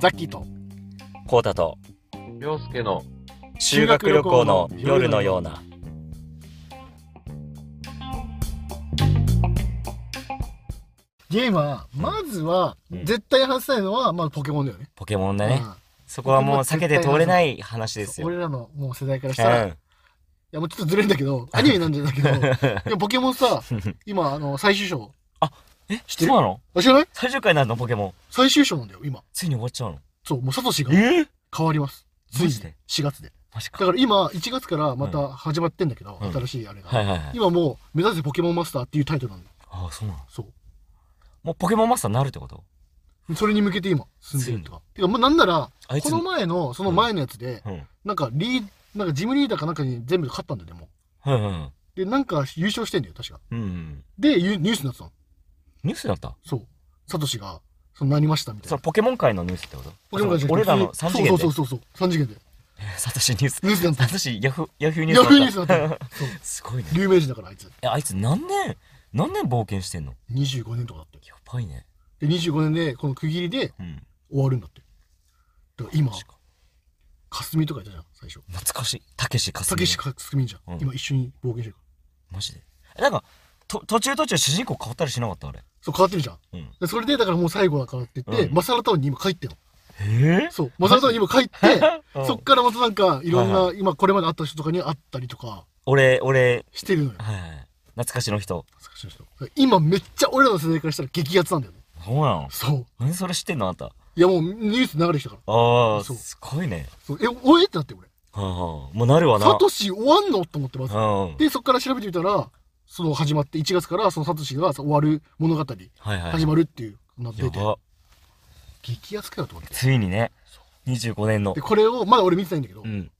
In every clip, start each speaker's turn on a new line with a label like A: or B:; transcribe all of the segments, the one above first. A: ザッキーと
B: コータと
C: 陽介の
B: 修学旅行の夜のような
A: ゲームはまずは
B: うん
A: 絶対外せないのはまあポケモンだよね。
B: ポケモンだ
A: う
B: ね
A: ん
B: そこはもう避けて通れない話ですよ
A: 俺らのもう世代からし
B: う
A: たら、い
B: ん
A: やもうちょっとずれんだけ どアニメなんだけどでもポケモンさ今あの最終章
B: え
A: 知って
B: そう
A: る
B: なの
A: あ知らない
B: 最終回になるのポケモン
A: 最終章なんだよ今
B: ついに終わっちゃうの
A: そうもうサトシが
B: え
A: 変わりますつい
B: マ
A: に
B: ジで
A: 4月で
B: マジか
A: だから今1月からまた始まってんだけど、
B: うん
A: 新しいあれが、
B: はいはいはい
A: 今もう「目指せポケモンマスター」っていうタイトルなんだよ
B: ああそうなの
A: そう
B: もうポケモンマスターになるってこと
A: それに向けて今進んでるとかてかもうなんなら
B: あい
A: こ
B: つ
A: の前のその前のやつで、
B: うんはい
A: なんかリーなんかジムリーダーかなんかに全部勝ったんだよねも
B: はいは
A: うでなんか優勝してんだよ確か
B: いうんうん
A: でゆニュースになってたの
B: ニュースだった
A: そうサトシがそのなりましたみたい
B: そ
A: な
B: のポケモン界のニュースってこと
A: ポケモンが
B: その俺らの3次元で
A: そうそうそうそう3次元で
B: えーサトシニュース
A: ニュースになった
B: サトシヤフヤフーニュース
A: ヤフーニュースにな
B: だ
A: っ
B: ったた
A: のそう
B: すごいね
A: 有名人だからあいつ
B: えあいつ何年何年冒険してんの
A: 25年とかだって
B: やばいね
A: で25年でこの区切りで
B: うん
A: 終わるんだってだから今
B: 確か
A: 霞とかいたじゃん最初
B: 懐かしいたけしかす
A: た
B: み
A: けし霞じゃん、
B: うん
A: 今一緒に冒険してるから
B: マジでえなんかと途中途中主人公変わったりしなかったあれ
A: そう変わってるじゃん
B: うん
A: でそれでだからもう最後だからって言って、
B: うん
A: マサラタウンに今帰ってんの
B: え
A: そうマサラタウンに今帰って
B: え
A: そっからまたなんかいろんな、
B: は
A: 今これまで会った人とかに会ったりとか
B: 俺俺
A: してるのよ
B: はいはい懐かしの人
A: 懐かしい人今めっちゃ俺らの世代からしたら激アツなんだよね
B: そうなの
A: そう
B: 何それ知ってんのあんた
A: いやもうニュース流れてきたから
B: ああ
A: そう
B: すごいね
A: そうえおえってなって俺
B: はあはあもうなるわな
A: サトシ終わんのと思ってます
B: うん
A: でそっから調べてみたらその始まって1月からそのサトシが終わる物語
B: はいはい
A: 始まるっていうのが
B: や
A: 出て
B: ば
A: 激アツかよと思って
B: ついにね25年の
A: でこれをまだ俺見てないんだけど、
B: うん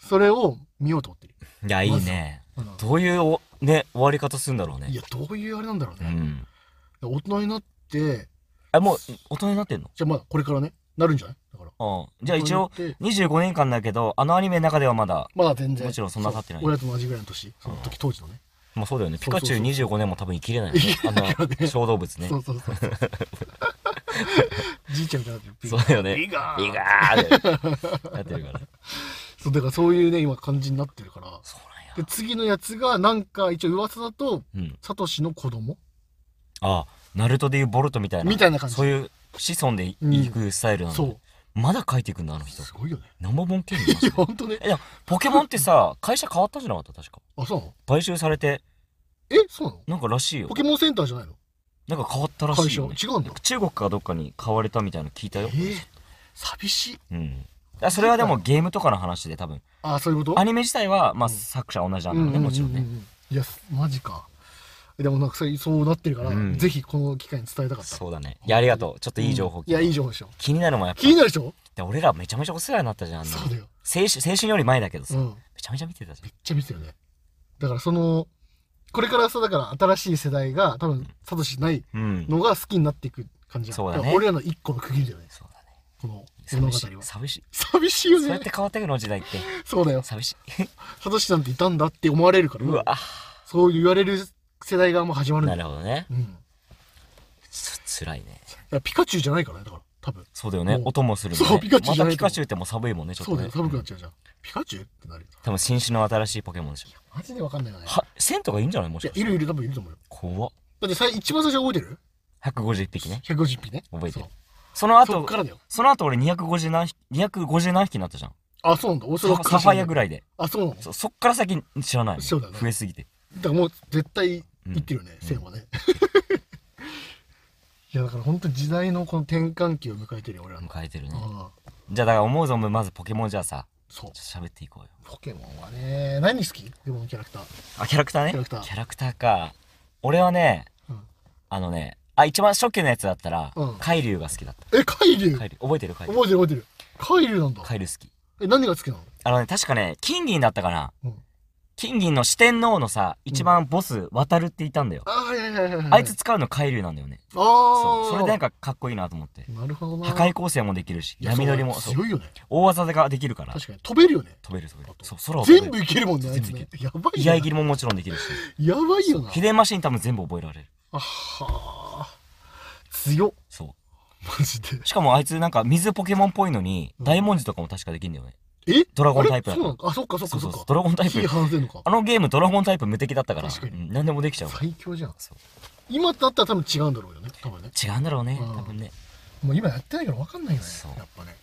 A: それを見ようと思ってる
B: いやいいね
A: まずうん
B: どういうおね終わり方するんだろうね
A: いやどういうあれなんだろう
B: う
A: ね、
B: ん
A: 大人になって
B: あもう大人になってんの
A: じゃあまだこれからねなるんじゃないだから
B: うんじゃあ一応
A: 大人になって
B: 25年間だけどあのアニメの中ではまだ
A: まだ全然
B: もちろんそんな経ってない
A: そう俺らと同じぐらいの年その時当時のね、
B: まあそうだよね
A: そ
B: ピ
A: うそう
B: カ
A: そう
B: チュウ25年も多分生きれないよね
A: 生きれないよね
B: あの小動物ね
A: そうそう そうそうじいちゃんみたいになってる
B: そうだよね
A: ビガー
B: ビガ ーってなってるから
A: そうだからそういうね今感じになってるから
B: そう
A: で次のやつがなんか一応噂だと
B: なんやうん
A: サトシの子供
B: あナルトでいうボルトみたいな
A: みたいな感じ
B: そういう子孫でいくスタイルなの
A: そ
B: ね
A: う
B: まだ書いていくんだあの人
A: すごいよね
B: 生本権利
A: いやほんとね
B: いやポケモンってさ会社変わったじゃなかった確か
A: あそうなの
B: 買収されて
A: えそうなの
B: なんからしいよ
A: ポケモンセンターじゃないの
B: なんか変わったら
A: 会
B: しい
A: 社違
B: よ、
A: う
B: ね、
A: んだ
B: 中国かどっかに買われたみたいなの聞いた
A: え
B: よ、
A: ー、寂しい
B: うんだからそれはでもゲームとかの話で多分
A: あそういうこと
B: アニメ自体はまあ
A: うん
B: 作者同じな
A: うんん
B: だ
A: う
B: よ
A: んうんうん
B: ね、もちろんね
A: いやマジかでもなんかそうそうなってるから、
B: うん
A: ぜひこの機会に伝えたかった
B: そうだねいやありがとうちょっといい情報聞
A: う
B: い
A: んいや
B: た
A: いい情報でしょ
B: 気になるもんやっぱ
A: 気になるでしょ
B: で俺らめちゃめちゃお世話になったじゃんあの
A: そうだよ
B: 青春青春より前だけど
A: う
B: さ、
A: ん
B: めちゃめちゃ見てたじ
A: めっちゃ見てたよねだからそのこれからさだから新しい世代が多分サトシない
B: ゃんうん
A: のが好きになっていく感じじゃん
B: そうだね
A: から俺らの一個の区切りだよね
B: そうだね
A: この物語
B: 寂しい
A: は
B: 寂しい
A: 寂しいよ
B: そうや
A: ね
B: って変わってくの時代って
A: そうだよ
B: 寂しい
A: サトシなんていたんだって思われるから
B: うわ
A: そう言われる世代がもう始まるんだ
B: な
A: よ、
B: るほどね
A: うん、だ
B: つ辛いね
A: からピカチュウじゃないからねだから多分
B: そうだよね
A: もう
B: 音もするのね
A: そうピカチュウ
B: ま
A: じゃ
B: た
A: ない
B: ピカチュウってもう寒いもんねちょっ
A: そ
B: と
A: うだ
B: ね
A: よ寒くなっちゃうじゃん、ピカチュウってなるよ
B: 多分新種の新しいポケモンでしょ
A: マジでわかんないよね
B: は1000とかいいんじゃないも
A: い
B: し
A: や
B: かして
A: いるいる多分いると思うよ
B: 怖っ
A: だってさい一番最初覚えてる
B: 151匹ね
A: 150匹ね
B: 覚えて
A: そ
B: る
A: う
B: その
A: そっ
B: 後
A: からだよ
B: その後俺250何匹250何匹になったじゃん
A: あそうなんだオーソドックス
B: サファイアぐらいで
A: あそうなのだか
B: そそっから先知らないもん
A: そうだね
B: 増えすぎて
A: らもう絶対
B: うん
A: いってるよね、線はね いやだから本当時代のこの転換期を迎えてるよ俺らの、
B: 迎えてるね
A: ああ
B: じゃあだから思う存分まずポケモンじゃあさ
A: そう
B: ちょっと喋っていこうよ
A: ポケモンはね何好きポケモンキャラクター
B: あキャラクターね
A: キャラクター
B: か俺はね
A: うん
B: あのねあ一番初期のやつだったら、
A: うん
B: カイリュウが好きだった
A: え海竜
B: カイリュウ覚えてるカイリュウ
A: 覚えてる覚えてる海竜なんだ
B: カイリュウ好き
A: え何が好きなの
B: あのね確かね金銀だったかな、
A: うん
B: 金銀の四天王のさ一番ボス渡るっていたんだよ、
A: ああいやいやいやいや
B: あいつ使うのカイリュウなんだよね、
A: ああ
B: そうそれでなんかかっこいいなと思って
A: なるほどな
B: 破壊構成もできるし
A: いや
B: 闇乗りも
A: そ
B: そうう
A: 強いよね
B: 大技ができるから
A: 確かに飛べるよね
B: 飛べる飛べる
A: あと
B: そう空を飛べる
A: 全部いけるもんねあいつねやばい
B: 居
A: よ
B: 合
A: な
B: 切りももちろんできるし
A: やばいよな
B: 秘伝マシン多分全部覚えられる
A: あはあ強っ
B: そう
A: マジで。
B: しかもあいつなんか水ポケモンっぽいのに、
A: うん
B: 大文字とかも確かできんだよね。
A: え
B: ドラゴンタイプ
A: あれ
B: だ
A: そうなの。
B: から
A: かあ、そっかそっかそっ
B: そうそうそう
A: か。
B: ドラゴンタイプ
A: 火放せんのか
B: あ。のゲームドラゴンタイプ無敵だったから、
A: 確かに
B: うん何でもできちゃう。
A: 最強じゃん。
B: そう
A: 今だったら多分違うんだろうよね。多分ね。
B: 違うんだろうね、
A: うん
B: 多分ね。
A: もう今やってないから分かんないよね
B: そう。
A: やっぱね。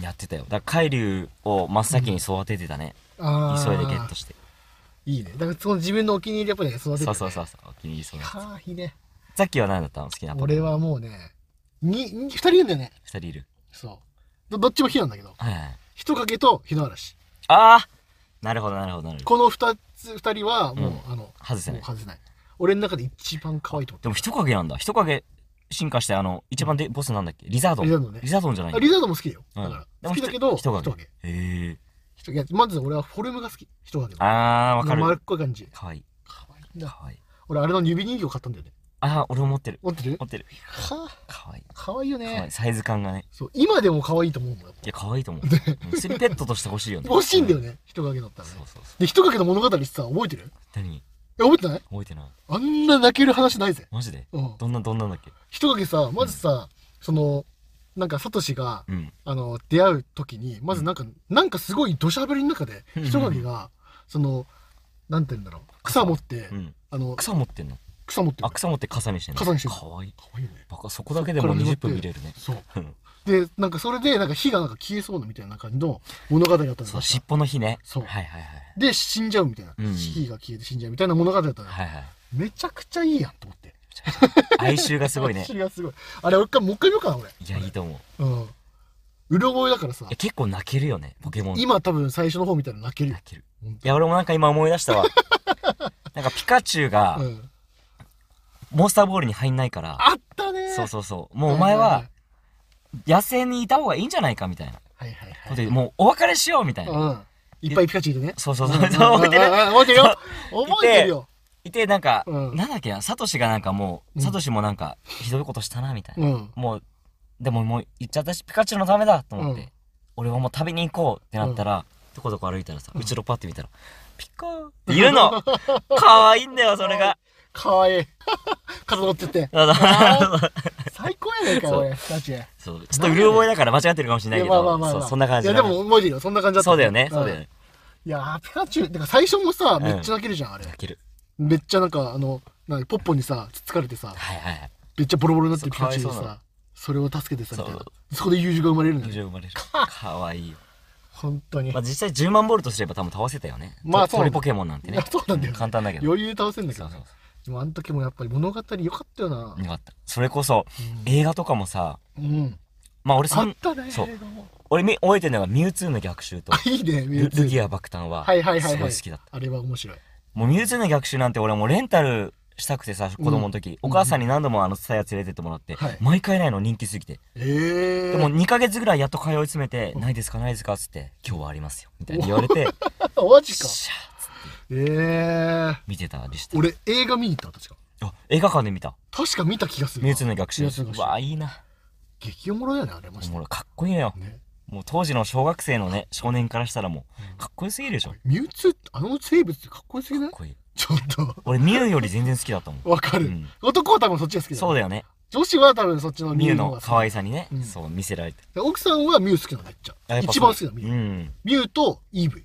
B: やってたよ。だから、海竜を真っ先に育ててたね。
A: あー
B: 急いでゲットして。
A: いいね。だからその自分のお気に入りやっぱね、育てる。
B: そうそうそうそう。お気に入りそうなやつ。
A: はあ、いいね。
B: さっきは何だったの好きなポケ
A: 俺
B: モン。
A: はもうね、に、に二人いるんだよね。
B: 二人いる。
A: そう。どどっちも火なんだけど。
B: はいはい。
A: 人影と火の嵐。
B: ああなるほど、なるほど、なるほ
A: この二つ、二人はもう、あの、も
B: ど。外せな
A: う
B: い。
A: 外せない。俺の中で一番可愛いと思って
B: でも人影なんだ。人影進化して、あの、一番でボスなんだっけリザードン。
A: リザードンね
B: リザードンじゃない
A: あリザードも好きだよ。
B: うん
A: だから。
B: で
A: 好
B: も
A: きだけど、
B: 人
A: 人
B: 影
A: 影。
B: へえ。
A: 人影。いや、まず俺はフォルムが好き。人影の。
B: あー、わか
A: 丸
B: る。
A: っこい感じ。
B: かわいい。
A: 可愛いんだ。
B: かわいい。
A: 俺、あれの指人形買ったんだよね。
B: あー、俺も持ってる。
A: 持ってる
B: 持ってる。
A: はあ、
B: かわいい。
A: 可愛いよ
B: かわい
A: ね
B: い。。サイズ感がね。
A: そう、今でも可愛いと思うもんやっ
B: いや、可愛いと思う。うんスリペットとして欲しいよね。
A: ぱ。欲しいんだよね。人影だった
B: うん。
A: らね
B: そう。そうそう。
A: で、人影の物語ってさ、覚えてる
B: 何
A: え、覚えてない
B: 覚えてない。
A: あんな泣ける話ないぜ。
B: マジで
A: うん。
B: どんな、どんなんだっけ
A: 人影さ、まずさ、その、なんか、サトシが、
B: うん。
A: あの、出会う時に、まずなんか、なんかすごい土砂降りの中で、
B: うん
A: 人影が、その、なんて言うんだろう。草持って
B: う、ん。
A: あの、
B: 草持ってんの
A: 草持ってる
B: あ、。草持って傘にしてんの
A: 傘にしてんの
B: かわいい。
A: 可愛いね。
B: バカ、そこだけでも20分見れるね。
A: そう。
B: うん
A: で、なんかそれで、なんか火がなんか消えそうなみたいな感じの物語だったんです
B: そう、尻尾の日ね。
A: そう
B: はいはいはい。
A: で、死んじゃうみたいな。
B: うん
A: 火が消えて死んじゃうみたいな物語だったのよ
B: はいはい。
A: めちゃくちゃいいやんと思って。
B: 哀愁がすごいね
A: そ。れがすごい。あれ、俺かもう一回見ようかな、俺。
B: いや、い いと思う。
A: うん。うろ覚えだからさ
B: え、、結構泣けるよね、ポケモン。
A: 今多分最初の方みたいな泣けるよ
B: 泣。ける。
A: 本
B: いや、俺もなんか今思い出し たわ。なんかピカチュウが
A: 当うん。
B: モンスターボールに入んないから、
A: あったねー
B: そうそうそう。もうお前は、野生にいた方がいいんじゃないかみたいな。
A: はいはいは
B: こ
A: い。
B: とでもうお別れしようみたいな。
A: うん。いっぱいピカチュウいてね。
B: そうそうそう。そう思って
A: うん
B: る。
A: うんうん覚えてる よ。覚えてるよ。
B: いて、なんか、
A: うん
B: なんだっけな、サトシがなんかも
A: う
B: う、
A: ん
B: サトシもなんか、ひどいことしたな、みたいな。
A: うん。
B: もう、でももう行っちゃったし、ピカチュウのためだと思って、
A: うん
B: 俺はもう旅に行こうってなったら、どこどこ歩いたらさ、
A: うん
B: うちろパって見たら、ピカーって言う の可愛いんだよ、それが。
A: かわいい。 肩乗ってって。
B: そうそう
A: 最高やねんかよ、
B: そう
A: 俺、ピカチュウ。
B: そうちょっとうる覚えだから間違ってるかもしれないい
A: や
B: け
A: まあまあ
B: ど、
A: まあま
B: そ
A: あ
B: うそんな感じ
A: い
B: だ
A: やでも覚えてるよそんな感じだった
B: そうだよね、そうだよ
A: ん
B: ね。
A: いやーピカチュウだから最初もさめっちゃ泣けるじゃんあれ
B: 泣ける。
A: めっちゃなんかあのなんかポッポにさつつかれてさ
B: はいはいはい。
A: めっちゃボロボロになってるピ
B: そう
A: カチュウで
B: かわいそうな
A: さそれを助けてさみ
B: そう
A: たいなそこで友情が生まれるんだ
B: 友
A: よ
B: 情生まれる。可愛いよ。
A: 本当に
B: まあ実際10万ボルトすれば多分倒せたよね。
A: まあ
B: と
A: そう
B: 鳥ポケモンなんて
A: い
B: ね
A: や。そうなんだよね
B: 簡単だけど。
A: 余裕で倒せんだけ
B: そ
A: ど
B: う
A: ね
B: そう
A: でもあの時もやっぱり物語良かったよな
B: そう。よかった。それこそ、映画とかもさ、
A: うん
B: まあ
A: あ
B: 俺そ
A: っ
B: ん、
A: たね
B: そう
A: 映画も
B: 俺見、終えてるのがミュウツーの逆襲と、
A: あいいねミュ
B: ル
A: ウツ
B: ルギ
A: ー
B: ア爆誕は、
A: はいはいはい
B: す
A: は
B: ご
A: い
B: い好きだった。
A: あれは面白い
B: もうミュウツーの逆襲なんて俺もうレンタルしたくてさ、子供の時、
A: うん
B: お母さんに何度もあのツタヤ連れてってもらって、
A: はい
B: 毎回ないの人気すぎて。
A: ええ
B: でも2ヶ月ぐらいやっと通い詰めて、ないですかないですかっつって、今日はありますよ。みたいに言われて、
A: マジか
B: シャーっつって
A: ええ
B: 見てたりして。
A: 俺映画見に行った確か
B: あ、映画館で見た。
A: 確か見た気がするな
B: ミュウツーの逆襲。
A: ミュウツーの
B: う
A: 逆襲
B: わ、いいな。
A: 激おもろだよねあれマジで
B: もうかっこいいのよ。
A: ね
B: もう当時の小学生のね、少年からしたらも
A: うん
B: う、かっこよすぎるでしょ。か
A: ミュウツーってあの生物ってかっこよすぎな
B: っ
A: い
B: こいい。
A: ちょっと
B: 俺、ミュウより全然好きだったもん。
A: わかる、
B: うん
A: 男は多分そっちが好きだ、ね、
B: そうだよね。
A: 女子は多分そっちの
B: ミュウ
A: ウ
B: の
A: 方が好き
B: 可愛さにね
A: う、ん
B: そう見せられて。
A: で奥さんはミュウ好きなのめっち
B: あ
A: ゃ
B: やっぱ
A: 一
B: そう
A: 番好きなのミュ
B: う
A: ウ、
B: ん。
A: ミュウとイーブイ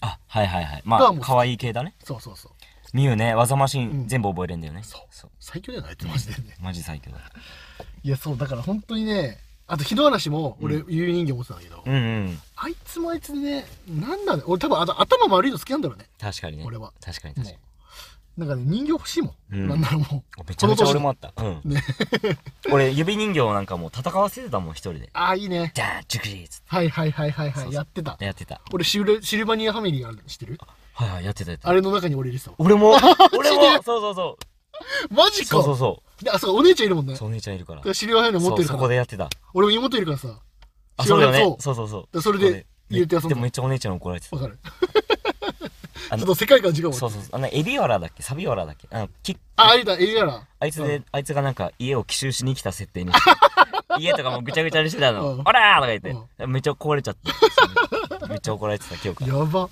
B: あ、はいはいはい。ま
A: が
B: あ
A: もう、好き
B: 可愛い系だね。
A: そうそうそう
B: ミュウね、技マシ
A: うん
B: ン全部覚えれんだよね。
A: そう
B: う。
A: 最強じゃないってマジでね
B: マジ最強だ。
A: いやそうだから本当にねあと日の嵐も俺
B: う
A: 有人形持ってたんだけど、
B: うんうん。
A: あいつもあいつでねなんだね俺多分あと頭悪いの好きなんだろうね
B: 確かにね。
A: 俺は
B: 確かに確か
A: もう
B: に。
A: なんかね人形欲しいもん、
B: うん
A: なんならもう
B: めちゃめちゃ俺も
A: この年で
B: あった。うん。俺、指人形なんかもう戦わせてたもん、一人で。
A: ああいいね
B: じゃあ、熟知つっ
A: はいはいはいはいはい
B: そうそう
A: やってた
B: てやってた。
A: 俺シルシルバニアファミリーあるの知ってる
B: はいはい、やってたやって
A: あ
B: た。
A: れの中に俺入れてたわ
B: 俺も、俺も
A: マジ、で
B: そうそうそ
A: マジ
B: う。
A: か
B: そうそうそ
A: であそうお姉ちゃんいるもんね
B: う。そう、お姉ちゃんいるから
A: だか。らシルバニアファミリー持っ
B: そう、
A: てる
B: そ
A: か
B: こ
A: ら
B: でやってた。
A: 俺も妹いるからさ
B: あ、そうだよ
A: シル
B: ね
A: バ。ニア
B: そうそうそう。
A: らそれで
B: こ
A: 入れて遊んだ
B: でもめっちゃお姉ちゃん怒られてた
A: そう。わかるち
B: あ
A: ょっ
B: の
A: と世界観違うもん
B: そうそうそう。あの、エビワラだっけサビワラだっけあの、き
A: ああいたエリアラ
B: あいつ
A: う
B: で、あいつがなんか家を奇襲しに来た設定にして 家とかもぐちゃぐちゃにしてた
A: う
B: の
A: ん。
B: ほらーとか言って、めっちゃ壊れちゃって。そうめっちゃ怒られ てた記憶が。
A: やば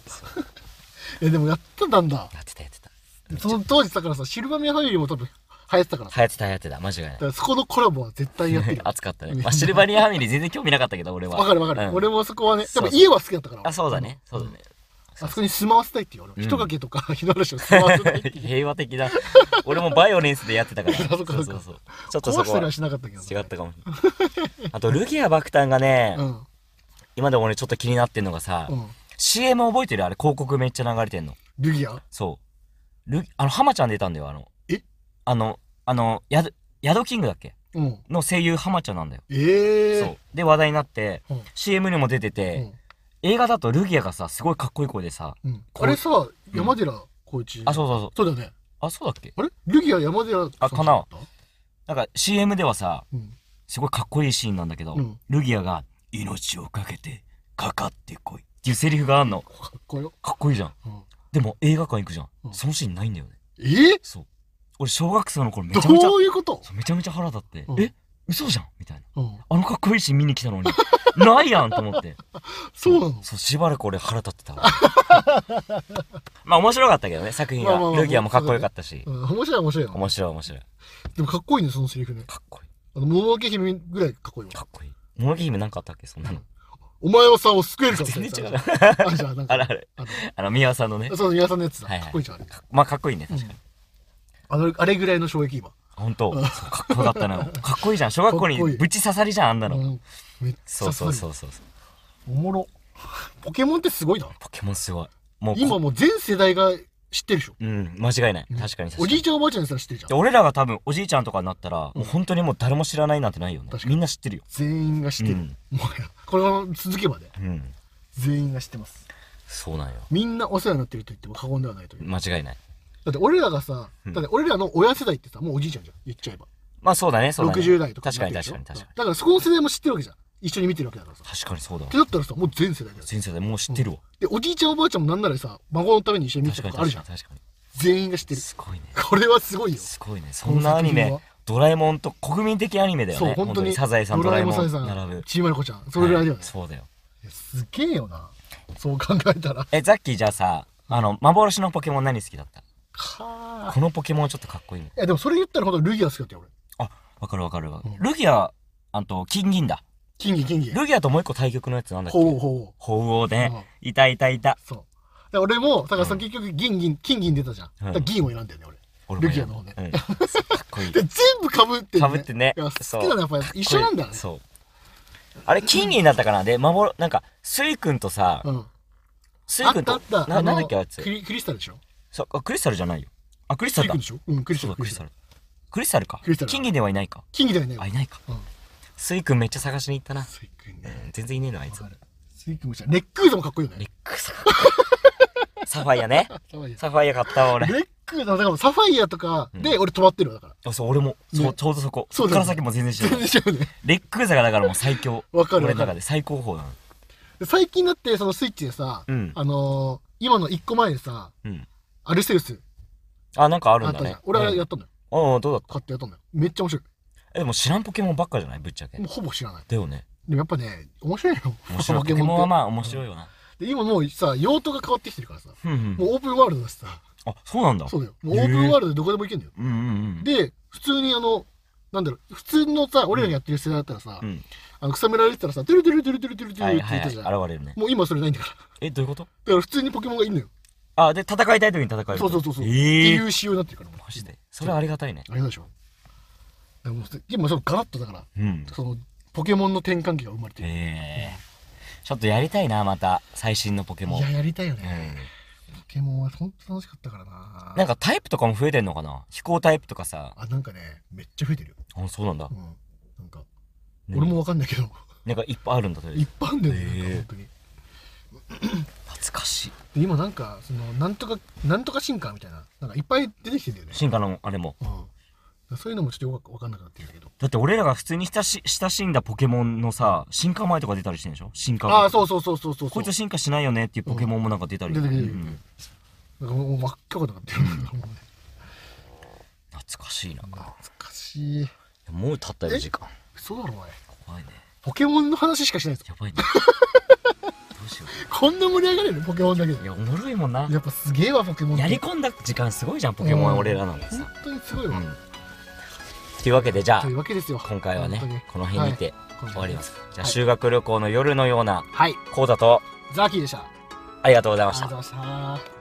A: えでもやってたんだ
B: やってたやってた。
A: その当時だからさシルバニアファミリーも多分流行ってたから。だ
B: 流行ってた流行ってた間違 いない。
A: からそこのコラボは絶対やってる
B: 熱かったね、 まあ、シルバニアファミリー全然興味なかったけど俺は
A: わかるわかる、
B: うん
A: 俺もそこはね、で
B: そう
A: も家は好きだったから。
B: あそうだねそうだね、
A: あそこに住まわせたいっていう俺、
B: うん
A: 人影とか日の嵐を住まわせたいっていう。
B: 平和的だ俺もバイオレンスでやってたから
A: あ そっかそっか
B: そうそうちょっとそ
A: 壊し
B: こ
A: たり
B: は
A: はしなかったけど、
B: 違ったかもしれないあとルギア爆誕がね、
A: うん。
B: 今でも俺ちょっと気になってんのがさ、
A: うん
B: CM 覚えてるあれ広告めっちゃ流れてんの
A: ルギア
B: そうルギあの浜ちゃん出たんだよあの
A: え
B: あのあのヤドヤドキングだっけ
A: うん。
B: の声優浜ちゃんなんだよ、
A: ええー。
B: そうで話題になって、
A: うん
B: CM にも出てて、映画だとルギアがさすごいかっこいい声でさ、
A: うん。うん。あれさ、山寺宏一。
B: あそうそうそう
A: そうだよね。
B: あそうだっけ
A: あれルギア山寺さん
B: あかな
A: だった
B: なんか CM ではさ
A: うん。
B: すごいかっこいいシーンなんだけど、
A: うん
B: ルギアが「命をかけてかかってこい」っていうセリフがあんの
A: かっこよ。
B: かっこいいじゃん
A: うん。
B: でも映画館行くじゃん、
A: うん
B: そのシーンないんだよね
A: え
B: そう俺小学生の頃めちゃめちゃ
A: どういうこと
B: そうめちゃめちゃ腹立って、
A: うん
B: え嘘じゃんみたいな
A: うん。
B: あのかっこいいシーン見に来たのに ないやんと思って
A: そうなの
B: そうしばらく俺腹立ってたわ まあ面白かったけどね作品は、
A: まあまあまあ
B: ルギアもかっこよかったし、
A: うん、面白い面白いよ。
B: 面白い面白い
A: でもかっこいいね、そのセリフね。
B: かっこいい
A: あの、もののけ姫ぐらいかっこいいわ。
B: かっこいい物木姫なんかあったっけそんなの
A: お前はさ、を救えるかみたい
B: 全
A: な
B: 然違う
A: さ。あ、じゃあ、なんか。
B: あれあれ
A: あの
B: あの宮尾さんのね
A: そうそう、皆さんのやつだ。
B: はいはい
A: かっこいいじゃん、あれ。
B: かまあかっこいいね確かに、
A: あの、あれぐらいの衝撃今。
B: 本当そうかっこよかったなかっこいいじゃん小学校に
A: かっこいい
B: ぶち刺さりじゃんあんなの、
A: うんめっちゃ
B: そうそう
A: 刺さ
B: そうそう
A: るおもろ。ポケモンってすごいな。
B: ポケモンすごいもうこ
A: 今もう全世代が知ってるでしょ。
B: うん間違いない
A: うん
B: 確かに確かに
A: おじいちゃんおばあちゃんですら知ってるじ
B: で
A: ゃん。
B: 俺らが多分おじいちゃんとかになったら、もう本当にもう誰も知らないなんてないよね
A: 確かに
B: みんな知ってるよ
A: 全員が知ってる。
B: うん
A: もはや。この続けばね、
B: うん
A: 全員が知ってます。
B: そうなんよ
A: みんなお世話になってると言っても過言ではないという。
B: 間違いない
A: だって俺らがさ、
B: うん
A: だって俺らの親世代ってさ、もうおじいちゃんじゃん。言っちゃえば。
B: まあそうだねそうだね
A: 60代とか
B: 確かに
A: なって
B: 確
A: る
B: かに
A: でしょ
B: 確かに
A: だからそこの世代も知ってるわけじゃん一緒に見てるわけだからさっ
B: 確かにそうだわ
A: てなったらさもう全世代だよ
B: 全世代もう知ってるわ、
A: でおじいちゃんおばあちゃんもなんならさ孫のために一緒に見て
B: 確
A: た
B: か
A: と
B: に
A: かある
B: 確
A: じゃ
B: か
A: ん
B: に確かに
A: 全員が知ってる
B: すごいね
A: これはすごいよ
B: すごいねそ
A: この
B: んなアニ
A: 作品
B: メ
A: は
B: ドラえもんと国民的アニメだよね
A: そう本当に
B: サザエさんドラえも
A: サ
B: ん
A: ザエさん
B: 並ぶ
A: ちびまる子ちゃんそれぐらいだよね
B: は、そうだよ
A: いやすげえよなそう考えたら
B: えザッキーじゃあさあの幻のポケモン何好きだった
A: はあ
B: このポケモンちょっとかっこいいね
A: いやでもそれ言ったらほんとルギア好きだったよ俺
B: あわかるわかるわかる、
A: う
B: ルギアあと金銀だ
A: 金銀金銀
B: ルギアともう一個対局のやつなんだっけ
A: ほうほ
B: 鳳凰
A: う
B: ね、いたいたいた
A: うそうだから俺もだからさ、結局銀銀金銀出たじゃん、
B: うん
A: だから銀を選んだよね俺
B: 俺も
A: ルギアの方ね
B: うん、かっこいい
A: で全部かぶってる
B: かぶってね
A: いや好
B: そう
A: きだねやっぱり 一緒なんだよね
B: そうあれ金銀だったかなで守なんかスイ君とさ、
A: うん
B: スイ
A: あ
B: 君
A: ったあ
B: と
A: った。
B: な
A: あの
B: なんだっけあいつ
A: クリクリスタルでしょ
B: そうあクリスタルじゃないよあクリスタ
A: ク
B: ル
A: リ
B: だ
A: 君でしょうん、クリスタ
B: そう
A: ル。
B: だクリスタ
A: ル。
B: ルクリスタルか
A: クリスタル
B: 金銀ではいないか
A: 金魚だよね。
B: あいないか、
A: うん
B: スイ君めっちゃ探しに行ったな、
A: スイ君
B: う
A: ね。
B: ん、全然いねえのあいつ
A: わかるスイ君もじゃん。レックーザもかっこいいよ
B: レ
A: ね。
B: ックス サファイアね
A: サファイ
B: サファイア買った
A: ア。
B: わ俺
A: レックーザだからサファイアとかで俺止まってるわ、だから。
B: あそう俺もそう、
A: ね
B: ちょうどそこ
A: そう
B: っ
A: だ
B: か
A: よね
B: ら先も全然知ら
A: 全
B: ない
A: 然違うね。
B: レックウザがだからもう最強
A: わかる
B: 俺の中で最高峰なの
A: 最近だってそのスイッチでさ、
B: うん
A: あのー、今の一個前でさ、
B: うん
A: アルセウス
B: あなんかある
A: あ
B: ん
A: っ
B: だ
A: たじ
B: ね
A: ゃん。俺は
B: うん
A: やったのよ。
B: ああどうだった
A: 買ってやったのよ。めっちゃ面白い。
B: えでも知らんポケモンばっかじゃないぶっちゃけ
A: もうほぼ知らない。
B: だよね
A: でもやっぱね、面白いよ。
B: 面白い
A: ポ
B: ポ
A: ケ
B: ケ
A: モンって
B: モンはまあ面白いよな
A: で今もうさ、用途が変わってきてるからさ。
B: うんうん
A: もうオープンワールドだしさ。
B: あそうなんだ
A: そうだよ。もうオ
B: へ
A: ー
B: え
A: プンワールドでどこでも行けんだよ。
B: うんうん
A: で、普通にあの、なんだろう、普通のさ、俺らがやってる世代だったらさ、
B: うんうん
A: あの草められてたらさ、トゥルトゥルトゥルトゥルトゥルトゥ
B: は
A: ル
B: い
A: って
B: は
A: 言っ
B: いは
A: た
B: い
A: じ
B: 現
A: ゃん。
B: れるね
A: もう今それないんだから。だか
B: えどういうこと
A: ら普通にポケモンがいんのよ。
B: あで戦いたい時に戦える
A: そうそうそうそう。って
B: ええ
A: いう仕様になってるから、もう
B: マジでそれはありがたいね
A: あれでしょ。でも今そのガラッとだから、
B: うん
A: そのポケモンの転換期が生まれてる。
B: ええちょっとやりたいなまた最新のポケモ
A: い
B: ン
A: や、やりたいよ
B: う
A: ね。
B: ん
A: ポケモンは本当楽しかったからな。
B: なんかタイプとかも増えてんのかな飛行タイプとかさ
A: あ、なんかね、めっちゃ増えてるよ。
B: あそうなんだ
A: うん。なんか、俺もわかんないけど、
B: なんかいっぱいあるんだとりあえ
A: 一
B: ず
A: 般でね、なん
B: へ
A: か
B: え
A: 本当に。
B: 懐かしい
A: で今なんかそのなんとかなんとか進化みたいななんかいっぱい出てきてんだよね、
B: 進化のあれも
A: うん、そういうのもちょっとよくわかんなくなってるけど
B: だって俺らが普通に親し親しんだポケモンのさ進化前とか出たりしてんでしょ進化後
A: ああそうそうそうそうそう
B: こいつ
A: 出て
B: 進化しないよねっていうポケモンもなんか出たり、
A: きてる
B: う
A: 出てきてる
B: ん
A: なんかもう真っ赤くなってるもうね
B: 懐かしいな
A: 懐かしい
B: もう経ったよ時間
A: 嘘だろお前
B: 怖いね
A: ポケモンの話しかしないぞ
B: やば いねどうしよ
A: こんな盛り上がれるポケモンだけで
B: ういやおもろいもんな
A: やっぱすげえわポケモンって
B: やり込んだ時間すごいじゃんポケモンは俺らなんて
A: 本
B: さ
A: 当にすごいわ、
B: うん
A: い
B: というわけでじゃあ
A: というわけですよ
B: 今回はね
A: 本当に
B: この辺にて終わります、じ
A: は
B: ゃあ
A: い
B: 修学旅行の夜のような
A: はい
B: コーダと
A: ザーキーでしたあ
B: ありがとうございま
A: り
B: し
A: が
B: た
A: とうございました